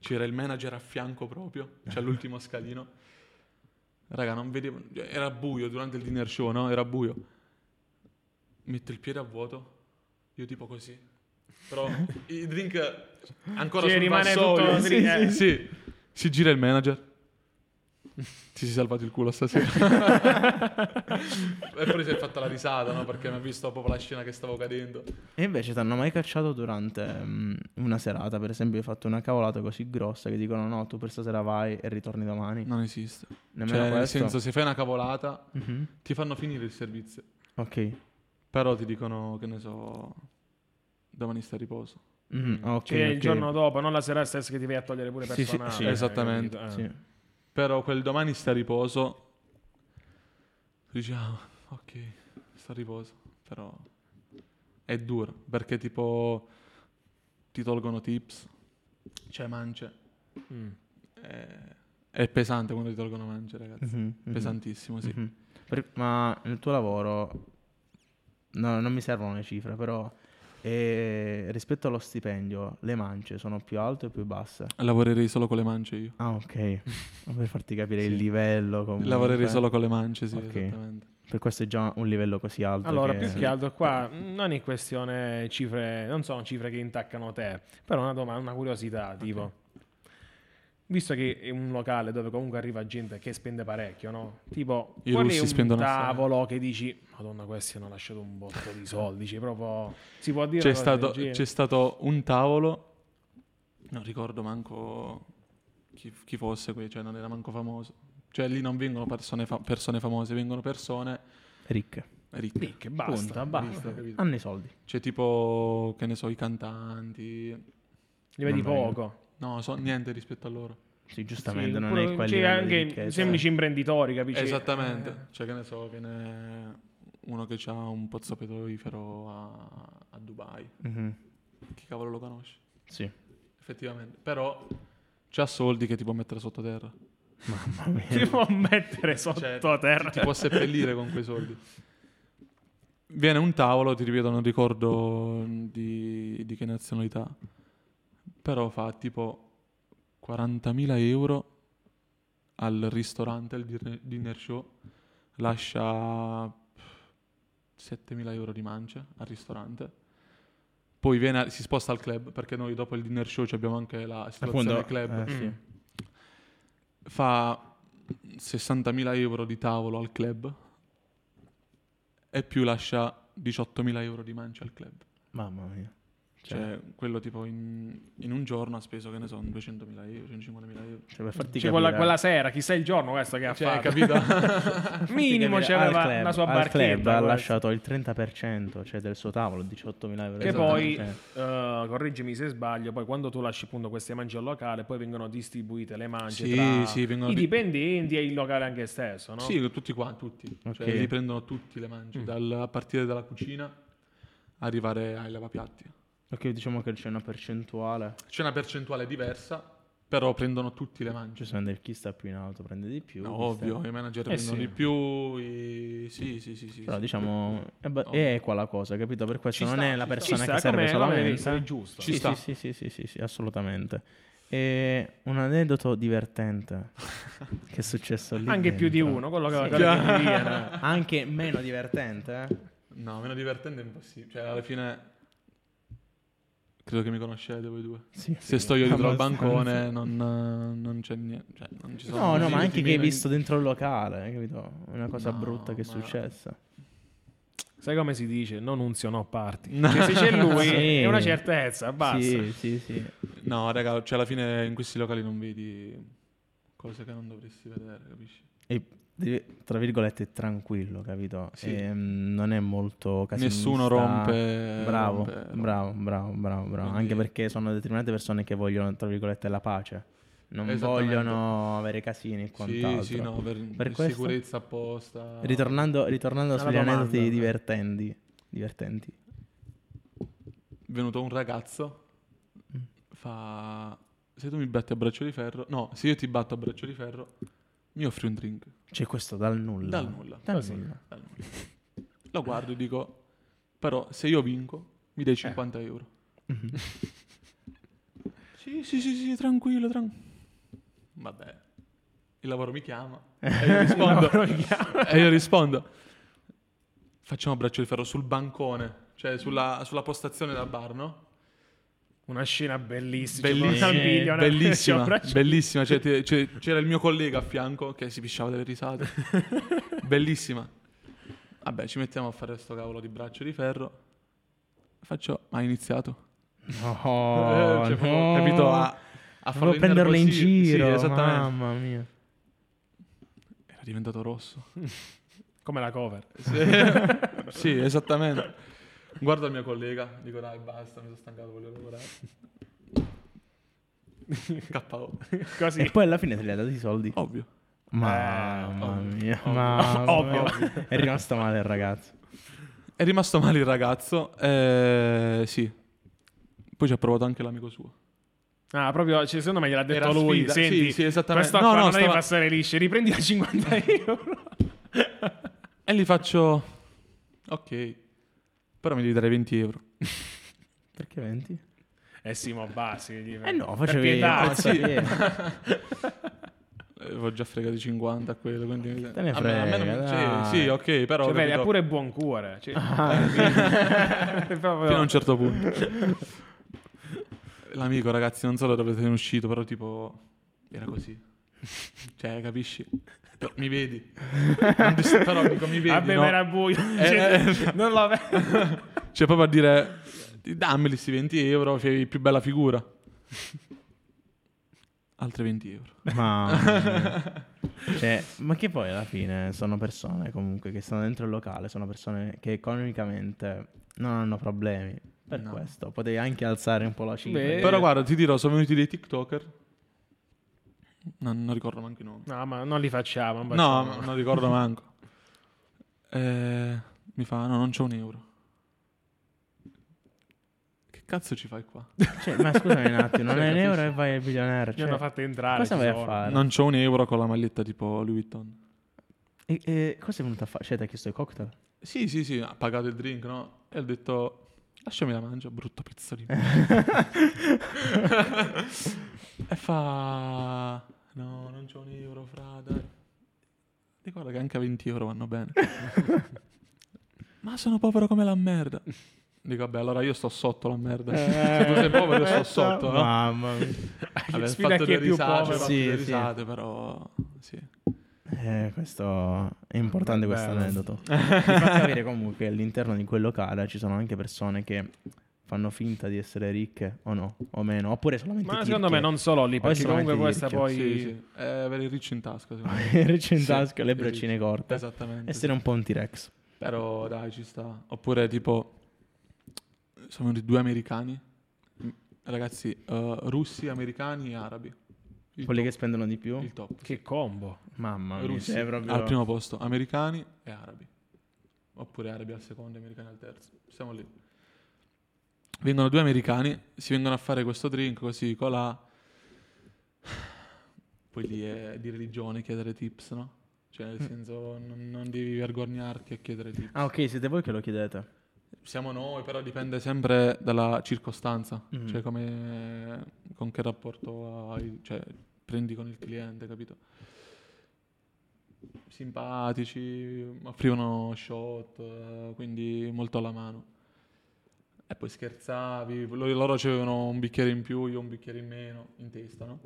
C'era il manager a fianco proprio. C'è l'ultimo scalino. Raga, non vedevo. cioè, Era buio durante il dinner show, no? Era buio. Metto il piede a vuoto. Io tipo così. Però i drink ancora
Ci
sul
rimane
vassoio.
tutto-
sì,
eh.
sì, sì. Si gira il manager. Ti sei salvato il culo stasera. E poi si è fatta la risata, no? Perché mi ha visto proprio la scena che stavo cadendo.
E invece ti hanno mai cacciato durante mm, una serata? Per esempio hai fatto una cavolata così grossa che dicono no, tu per stasera vai e ritorni domani.
Non esiste.
Nemmeno
Cioè, nel
questo?
senso, se fai una cavolata,
Mhm.
ti fanno finire il servizio.
Ok.
Però ti dicono, che ne so, domani sta a riposo.
Mhm, ok,
Cioè, il
ok.
giorno dopo, non la sera stessa che ti vai a togliere pure
Sì, sì,
personale.
sì,
eh,
esattamente,
capito? Eh.
Sì. Mhm,
Però quel domani sta a riposo, diciamo, ok, sta a riposo. Però è duro, perché tipo ti tolgono tips, cioè mance.
Mm.
È, è pesante quando ti tolgono mance, ragazzi.
Mhm, mhm,
Pesantissimo, sì.
mhm. Per- ma nel tuo lavoro no, non mi servono le cifre, però eh, rispetto allo stipendio le mance sono più alte o più basse?
Lavorerei solo con le mance io.
Ah, ok.
[LAUGHS]
Ma per farti capire il livello comunque.
Lavorerei solo con le mance, sì,
Ok.
esattamente.
Per questo è già un livello così alto.
Allora, più che altro qua [LAUGHS] non è questione cifre, non sono cifre che intaccano te, però una domanda, una curiosità, tipo visto che è un locale dove comunque arriva gente che spende parecchio, no? Tipo,
I
qual è
russi
un
spendono assai.
tavolo che dici "Madonna, questi hanno lasciato un botto di soldi", cioè proprio si può dire una
C'è
cosa del
stato,
genere?
c'è stato un tavolo, non ricordo manco chi, chi fosse qui, cioè non era manco famoso. Cioè lì non vengono persone, fa- persone famose, vengono persone
Ricche.
ricche.
Lì, che basta,
Punta,
basta.
Ricche, capito?
Hanno i soldi.
C'è tipo, che ne so, i cantanti.
Li vedi
Mamma mia.
poco.
No, so, niente rispetto a loro.
Sì,
Sì,
giustamente, non
pure-
è quelli
c'è anche semplici imprenditori, capisci?
Esattamente.
[LAUGHS] Eh,
Cioè che ne so, che ne uno che ha un pozzo petrolifero a, a Dubai. Chi cavolo lo conosce?
Mhm, Sì.
Effettivamente. Però Eh. c'ha soldi che ti può mettere sottoterra.
Ti può mettere sotto
Cioè,
terra.
ti può seppellire con quei soldi. Viene un tavolo, ti ripeto, non ricordo mm, di, di che nazionalità, però fa tipo 40.000 euro al ristorante, al dinner- dinner show, lascia pff, 7.000 euro di mance al ristorante, poi viene a- si sposta al club, perché noi dopo il dinner show ci abbiamo anche la situazione
Appunto,
del club
eh, sì.
Mm.
fa 60.000 euro di tavolo al club e più lascia 18.000 euro di mancia al club.
Mamma mia.
Cioè,
Certo.
quello tipo in, in un giorno ha speso, che ne so, 200.000 euro, 150.000 euro.
Cioè, per farti
C'è quella,
capire-
quella sera, chissà il giorno questo che ha
Cioè, hai
fatto. [LAUGHS]
capito?
Minimo
Farti capire, al
c'aveva
club-
la sua
al
barchetta.
club ha
guarda.
lasciato il 30%, cioè del suo tavolo, 18.000 euro.
Che
Esatto.
poi,
Cioè,
eh, correggimi se sbaglio, poi quando tu lasci appunto queste mance al locale, poi vengono distribuite le mance
Sì,
tra
sì, vengono
i
di-
dipendenti e il locale anche stesso, no?
Sì, tutti qua, tutti.
Ok.
Cioè, li prendono tutti le mance,
Mm.
dal- a partire dalla cucina arrivare ai lavapiatti.
ok, diciamo che c'è una percentuale.
C'è una percentuale diversa, però prendono tutti le mance.
Giustamente, chi sta più in alto prende di più.
No,
chi sta-
ovvio, i manager
Eh,
prendono
sì.
di più, i- sì, sì, sì, sì.
Però
sì.
diciamo, è, ba-
Ovvio.
è qua la cosa, capito? Per questo
Ci
non
sta,
è la
ci sta.
persona
Ci
che
sta,
serve
come- come deve
solamente.
essere giusto.
Ci
sì,
sta.
Sì, sì, sì, sì, sì, sì, assolutamente. E un aneddoto divertente
[LAUGHS]
che è successo lì.
Anche più di
dentro.
uno, quello che,
Sì.
quello che mi
[LAUGHS]
viene.
Anche meno divertente. eh?
No, meno divertente è impossibile. Cioè, alla fine. Credo che mi conoscete voi due.
Ah, Sì.
Se sto io dietro al
Abbastanza.
bancone, non, eh, non c'è niente. Cioè, non ci sono
No, no,
minuti
ma anche che hai
meno in-
visto dentro il locale, eh, capito? Una cosa
No,
brutta che è
ma-
successa.
Sai come si dice? Non unzio, no party.
No.
Cioè, se c'è lui
[LAUGHS] Sì.
è una certezza, basta.
Sì, sì, sì.
No, No, raga, cioè alla fine in questi locali non vedi cose che non dovresti vedere, capisci?
E devi- tra virgolette tranquillo, capito?
Sì.
E, mm, non è molto casinista.
Nessuno rompe...
Bravo,
rompe- rompe.
bravo, bravo, bravo, bravo.
Quindi-
Anche perché sono determinate persone che vogliono, tra virgolette, la pace. Non
Esattamente.
vogliono avere casini e
Sì,
quant'altro.
sì, no, per, per
questo-
sicurezza apposta.
Ritornando, ritornando
Alla
sugli aneddoti
domanda.
divertenti, divertenti.
È venuto un ragazzo, fa... Se tu mi batti a braccio di ferro... No, se io ti batto a braccio di ferro, mi offri un drink.
C'è Cioè, questo dal nulla.
Dal nulla.
Dal
Così.
nulla.
[LAUGHS] Dal nulla. Lo guardo e dico, però se io vinco, mi dai 50 euro. [LAUGHS] sì, sì, sì, sì, tranquillo, tranquillo. Vabbè, il lavoro mi chiama. E io rispondo, [LAUGHS] e io rispondo, facciamo braccio di ferro sul bancone, cioè sulla, sulla postazione da bar, no?
Una scena bellissima.
Bellissima,
Al video, una-
Eh, bellissima,
ci abbraccia-
bellissima. Cioè, ti- cioè, c'era il mio collega a fianco che si pisciava delle [LAUGHS] risate. bellissima. Vabbè, ci mettiamo a fare sto cavolo di braccio di ferro. Faccio, ma ha iniziato.
No,
Eh, cioè, proprio,
Oh, no.
Capito? A, a
Volevo
farlo
prenderlo in
innervosire.
giro.
Sì, esattamente.
Mamma mia.
Era diventato rosso.
Come la cover.
Sì, [LAUGHS] sì, esattamente. Guardo il mio collega, dico dai, basta, mi sono stancato, voglio [LAUGHS] lavorare. KO.
Così.
E poi alla fine te li ha dati i soldi.
Ovvio.
Mamma
Eh, ovvio,
mia.
ovvio.
Mamma
Ovvio.
[LAUGHS]
mia. È rimasto male il ragazzo.
È rimasto male il ragazzo, eh, sì. Poi ci ha provato anche l'amico suo.
Ah, proprio, cioè, secondo me gliel'ha detto
Era
lui.
sfida, sì,
Senti,
sì, esattamente.
Questa
No,
qua
no,
non devi
stava-
passare lisce, riprendi la 50 euro.
E gli faccio... Ok, però mi devi dare 20 euro.
Perché 20?
Eh sì, ma bassi.
Eh no,
Per
facevi
pietà,
Ah, sì.
Eh, Avevo già fregato i 50 a quello, quindi...
Te ne
a me- a me non-
frega,
sì,
dai.
sì, ok, però...
Cioè, vedi,
capito, Ah.
ha pure buon cuore. Cioè,
[LAUGHS]
È proprio-
Fino a un certo punto.
[LAUGHS]
L'amico, ragazzi, non so da dove sei uscito, però tipo... Era così. Cioè, capisci? Però Mi vedi? Non ti- però dico, mi vedi,
Vabbè,
no? Eh,
ma era buio. Cioè, non lo ve-
Cioè, proprio a dire: dammeli sti 20 euro, fai più bella figura. [LAUGHS] Altre 20 euro.
Ma...
[LAUGHS]
Cioè, ma che poi alla fine sono persone comunque che stanno dentro il locale, sono persone che economicamente non hanno problemi. Per
No.
questo potevi anche alzare un po' la cifra.
Beh, Eh.
Però guarda, ti dirò, sono venuti dei TikToker. Non, non ricordo manco i nomi.
No, ma non li facciamo. Non
No,
facciamo.
ma non ricordo manco. Eh, mi fa, no, non c'ho un euro. Che cazzo ci fai qua?
Cioè, ma scusami un attimo, non
[LAUGHS] Cioè,
è un euro
capisci?
e vai al bilionario.
Mi
Cioè,
hanno fatto entrare.
cosa vai a
tesoro.
fare?
Non c'ho un euro con la maglietta tipo Louis Vuitton.
E, e cosa è venuto a fare? Cioè, ti ha chiesto i cocktail?
[LAUGHS] Sì, sì, sì, ha pagato il drink, no? E ho detto, lasciami la mangia, brutto pezzo [LAUGHS] di... e fa... No, non c'ho un euro, frada. Dico, guarda che anche a 20 euro
[LAUGHS]
vanno bene. Ma sono povero come la merda. Dico, vabbè, allora io sto sotto la merda.
Eh.
Se tu sei povero, io sto sotto, no?
Eh, Mamma mia.
Vabbè, ho
sfida
fatto
chi è
delle
più
risate,
povero.
ho fatto
Sì, sì.
delle risate, però... Sì.
Eh, questo è importante questo
Bello.
[LAUGHS]
aneddoto. Ti fa capire comunque che all'interno di quel locale ci sono anche persone che fanno finta di essere ricche o no, o meno, oppure solamente
Ma secondo
[LAUGHS]
me non solo lì,
O
perché comunque
solamente
questa
tirchio.
poi...
Sì, sì. Eh, avere il riccio in tasca, secondo me.
Ricci in
Sì,
tasca, le
sì,
braccine
sì.
corte.
Esattamente. sì.
Essere un po' un T-Rex.
Però dai, ci sta. Oppure tipo, sono venuti due americani, Mm, ragazzi, eh, russi, americani e arabi. Il
Quelli che spendono di più?
top, il top.
Che combo.
Mamma mia,
russi
cioè, è proprio...
al primo posto, americani e arabi. Oppure arabi al secondo, americani al terzo. Siamo lì. Vengono due americani, si vengono a fare questo drink così, colà. Poi lì è di religione chiedere tips, no? Cioè,
Mm.
nel senso, non, non devi vergognarti a chiedere tips.
Ah, ok, siete voi che lo chiedete.
Siamo noi, però dipende sempre dalla circostanza,
Mm.
cioè come, con che rapporto hai, cioè, prendi con il cliente, capito? Simpatici, offrivano shot, eh, quindi molto alla mano. E poi scherzavi, lo- loro avevano un bicchiere in più, io un bicchiere in meno, in testa, no?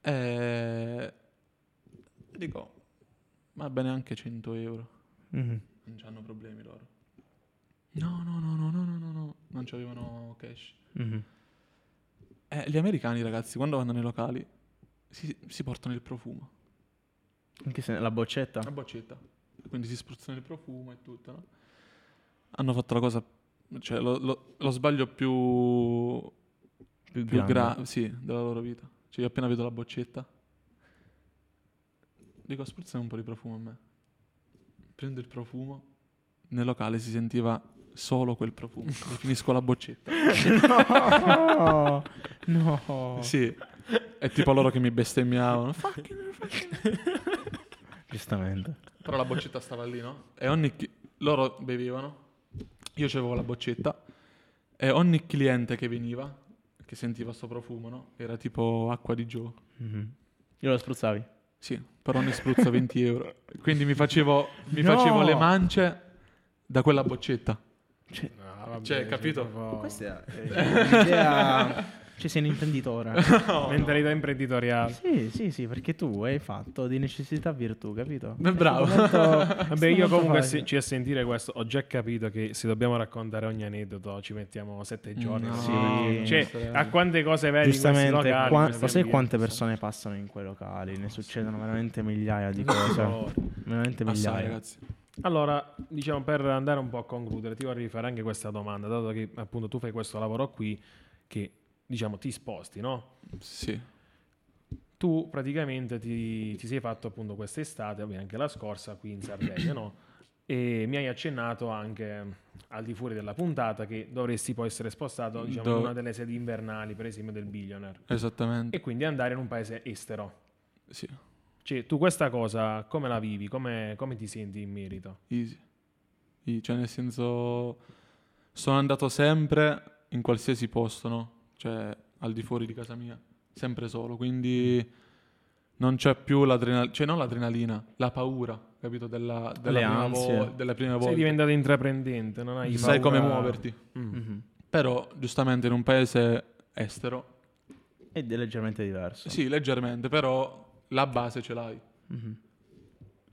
E dico, va bene anche 100 euro.
Mhm.
Non c'hanno problemi loro.
mm-hmm.
No, no, no, no, no, no, no, no. Non c'avevano cash.
Mhm.
Eh, gli americani, ragazzi, quando vanno nei locali si, si portano il profumo.
Anche se la boccetta.
Una boccetta. Quindi si spruzzano il profumo e tutto, no? Hanno fatto la cosa... Cioè, lo, lo- lo sbaglio più...
Più
più
grande.
[LAUGHS] grave, sì, della loro vita. Cioè, io appena vedo la boccetta... Dico, spruzzano un po' di profumo a me. Prendo il profumo. Nel locale si sentiva solo quel
[LAUGHS]
profumo. e finisco la boccetta.
No, no.
[LAUGHS] Sì. È tipo loro che mi bestemmiavano. Fucking
[LAUGHS] Giustamente.
Però la boccetta stava lì, no? E ogni chi- loro bevevano, io avevo la boccetta e ogni cliente che veniva, che sentiva sto profumo, no? Era tipo acqua di Joe.
Mhm. Io lo spruzzavi.
Sì, però ne spruzza 20 euro. Quindi mi facevo, mi
No!
facevo le mance da quella boccetta.
Ah, vabbè,
Cioè, capito?
proprio-
Questa [LAUGHS] è eh, un'idea... Cioè sei un imprenditore.
Mentalità imprenditoriale.
Sì, sì, sì, perché tu hai fatto di necessità virtù, capito?
Beh, bravo.
[LAUGHS] Vabbè, io comunque se-
ci
ci a sentire questo ho già capito che se dobbiamo raccontare ogni aneddoto ci mettiamo sette giorni.
No,
Mm, Sì.
Cioè, a quante cose vedi in questi
Giustamente,
locali,
qua-
in
ma
questi
sai quante
ambienti?
persone passano in quei locali? Ne succedono veramente migliaia di cose.
Allora,
veramente
Assai,
migliaia.
ragazzi.
Allora, diciamo per andare un po' a concludere, ti vorrei fare anche questa domanda, dato che appunto tu fai questo lavoro qui che diciamo ti sposti, no?
Sì.
Tu praticamente ti, ti sei fatto appunto quest'estate, vabbè, anche la scorsa qui in Sardegna, no? E mi hai accennato anche mh, al di fuori della puntata che dovresti poi essere spostato diciamo, in
Dove-
una delle sedi invernali, per esempio del Billionaire,
Esattamente.
e quindi andare in un paese estero.
Sì,
Cioè, tu questa cosa come la vivi? Come, come ti senti in merito?
easy. I- Cioè, nel senso, sono andato sempre in qualsiasi posto, no? Cioè, al di fuori di casa mia, sempre solo, quindi non c'è più l'adrenalina, cioè non l'adrenalina, la paura, capito? Della, della
Le
prima,
ansie.
vo- della prima
Sei
volta.
diventato intraprendente, non hai
Sai
paura-
come muoverti.
Mm.
Mhm.
Però, giustamente, in un paese estero,
Ed è leggermente diverso.
sì, leggermente, però la base ce l'hai.
Mhm.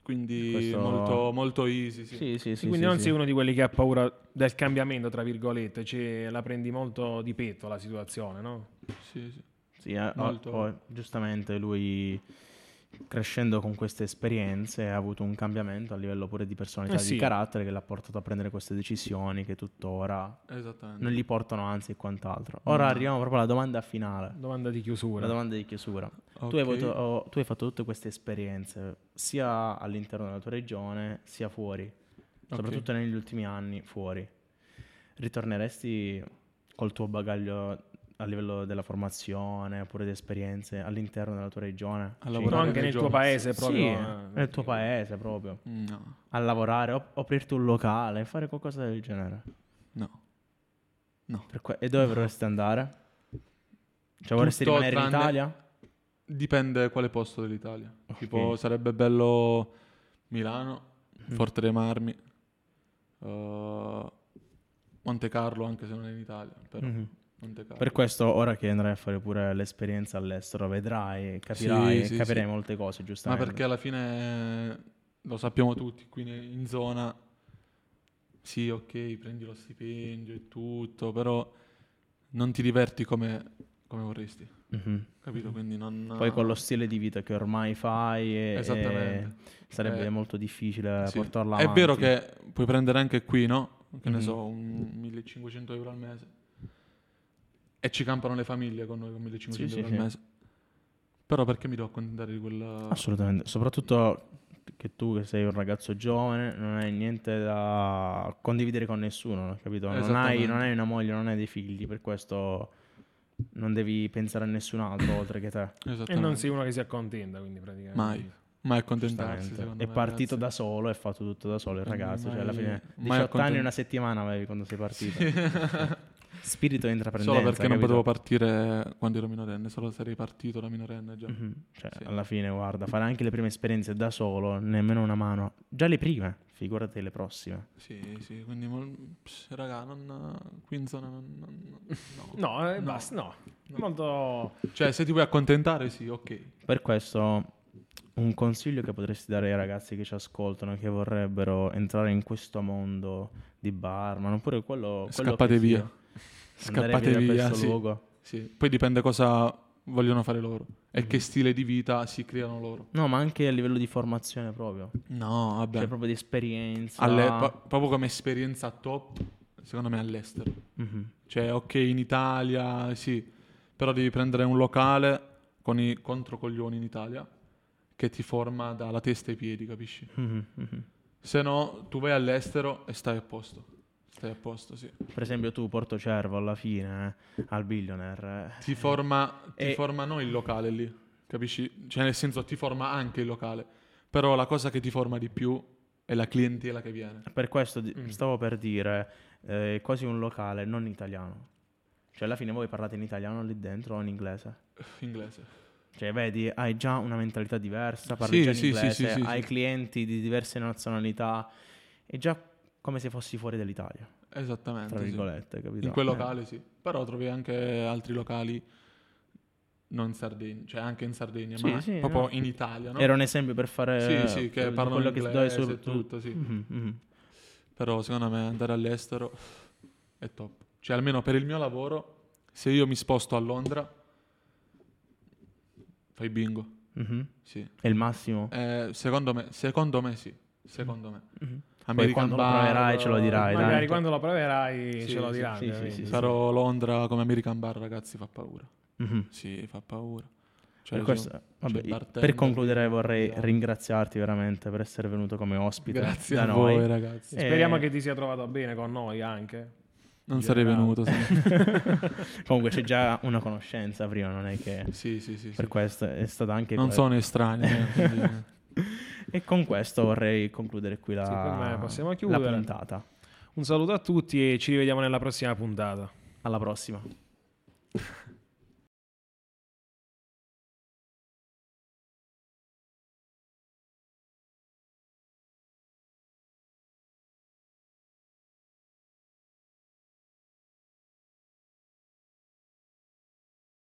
Quindi
Questo-
molto, molto easy,
Sì,
sì.
sì, sì.
Sì, quindi
sì,
non
sì.
sei uno di quelli che ha paura del cambiamento, tra virgolette, cioè la prendi molto di petto la situazione, no?
Sì, sì.
Sì, eh, ma
Molto.
poi, giustamente lui crescendo con queste esperienze ha avuto un cambiamento a livello pure di personalità,
Eh sì.
di carattere che l'ha portato a prendere queste decisioni che tuttora
Esattamente.
non gli portano anzi e quant'altro. Ora arriviamo proprio alla domanda finale,
Domanda di chiusura.
la domanda di chiusura.
Ok.
Tu, hai avuto- oh, tu hai fatto tutte queste esperienze sia all'interno della tua regione sia fuori, soprattutto negli ultimi anni fuori. Ritorneresti col tuo bagaglio a livello della formazione oppure di esperienze all'interno della tua regione?
A
Cioè,
No,
lavorare
anche nel tuo
Giorgio.
paese proprio.
Sì,
eh,
nel tuo paese proprio.
No,
A lavorare, op- aprirti un locale, fare qualcosa del genere.
no.
Per que- e dove vorresti andare? Cioè vorresti
Tutto
rimanere in
tranne-
Italia?
Dipende quale posto dell'Italia.
Ok.
Tipo, sarebbe bello Milano,
Mhm.
Forte dei Marmi, eh, Monte Carlo, anche se non è in Italia. Però
Mhm.
Monte Carlo.
Per questo ora che andrai a fare pure l'esperienza all'estero vedrai e capirai,
Sì, sì,
capirai
sì.
molte cose
Ma
giustamente.
perché alla fine eh, lo sappiamo tutti, qui ne- in zona sì, ok, prendi lo stipendio e tutto, però non ti diverti come, come vorresti,
Mhm.
capito? Quindi non...
Poi eh, con lo stile di vita che ormai fai e-
Esattamente.
e sarebbe
Eh,
molto difficile
Sì.
portarla
È
avanti.
vero che puoi prendere anche qui, no? Che ne
Mhm.
so, un 1500 euro al mese. E ci campano le famiglie con noi con 1500
Sì,
euro
sì,
al
sì.
mese. Però perché mi devo accontentare di quella...
Assolutamente, soprattutto che tu che sei un ragazzo giovane non hai niente da condividere con nessuno, capito? Non hai,
Esattamente.
non hai una moglie, non hai dei figli, per questo non devi pensare a nessun altro
[COUGHS]
oltre che te.
E
Esattamente.
non sei uno che si accontenta, quindi praticamente.
Mai. Mai accontentarsi,
Giustamente.
secondo
È
me,
partito
ragazzi.
da solo e ha fatto tutto da solo il
Non
ragazzo, cioè alla
mai-
fine
mai
18 anni
accontent-
e una settimana avevi quando sei partito. [LAUGHS] Spirito di intraprendenza.
Solo perché non
capito?
potevo partire quando ero minorenne, solo sarei partito da minorenne già.
Mhm, cioè,
Sì.
alla fine, guarda, fare anche le prime esperienze da solo, nemmeno una mano. Già le prime, figurati le prossime.
Sì, sì, quindi mol- pss, raga, non, qui in zona non... non- no.
No, eh, basta, no. Molto...
Cioè, se ti vuoi accontentare, sì, ok.
Per questo, un consiglio che potresti dare ai ragazzi che ci ascoltano, che vorrebbero entrare in questo mondo di barman, oppure quello... quello che
Scappate
sia.
via.
Andare
Scappate
da
via,
questo
sì.
luogo.
Sì. Poi dipende cosa vogliono fare loro e
Mm-hmm.
che stile di vita si creano loro.
No, ma anche a livello di formazione proprio.
No, vabbè.
Cioè proprio di esperienza.
Alle- pro- proprio come esperienza top, secondo me all'estero.
Mhm.
Cioè, ok, in Italia, sì, però devi prendere un locale con i controcoglioni in Italia che ti forma dalla testa ai piedi, capisci?
Mhm, mhm.
Se no, tu vai all'estero e stai a posto. Stai a posto, sì.
Per esempio tu, Portocervo, alla fine, eh, al billionaire. eh.
Ti forma, ti
E-
forma non il locale lì, capisci? Cioè, nel senso, ti forma anche il locale. Però la cosa che ti forma di più è la clientela che viene.
Per questo di-
Mm.
stavo per dire, eh, è quasi un locale non italiano. Cioè alla fine voi parlate in italiano lì dentro o in inglese?
Inglese.
Cioè vedi, hai già una mentalità diversa, parli
Sì,
già in
sì, sì,
inglese,
sì, sì,
hai
sì.
clienti di diverse nazionalità, è già come se fossi fuori dall'Italia,
Esattamente.
tra
sì.
virgolette, capito?
In quel
Eh.
locale, sì. Però trovi anche altri locali non in Sardegna, cioè anche in Sardegna,
Sì,
ma
sì,
proprio
no.
in Italia, no?
Era un esempio per fare
Sì, sì,
eh,
che parlano
quello che
inglese
dove-
e tutto, sì.
Mhm, mhm.
Però secondo me andare all'estero è top. Cioè, almeno per il mio lavoro, se io mi sposto a Londra, fai bingo.
Mhm.
Sì.
È il massimo.
Eh, secondo me, secondo me sì. Secondo me.
Mhm. Poi
American
quando lo
Bar,
proverai ce lo dirai,
Magari
tanto.
quando lo proverai
Sì,
ce lo
sì,
diranno.
sì, sì,
quindi.
sì, sì.
Farò Londra come American Bar, ragazzi, fa paura.
Mhm.
Sì, fa paura.
Per,
Cioè,
questo-
sono-
vabbè,
c'è
i-
il bartender,
per concludere vorrei
vediamo.
ringraziarti veramente per essere venuto come ospite
Grazie
da [LAUGHS]
a
noi.
voi, ragazzi.
Eh,
Speriamo che ti sia trovato bene con noi anche.
Non
in
sarei
generale.
venuto. Sì,
Comunque c'è già una conoscenza prima, non è che
[LAUGHS] sì, sì. sì,
per
sì.
questo è stata anche...
Non
que-
sono estraneo. eh, quindi-
E con questo vorrei concludere qui la,
Secondo me possiamo
la
chiudere.
puntata.
Un saluto a tutti e ci rivediamo nella prossima puntata.
Alla prossima.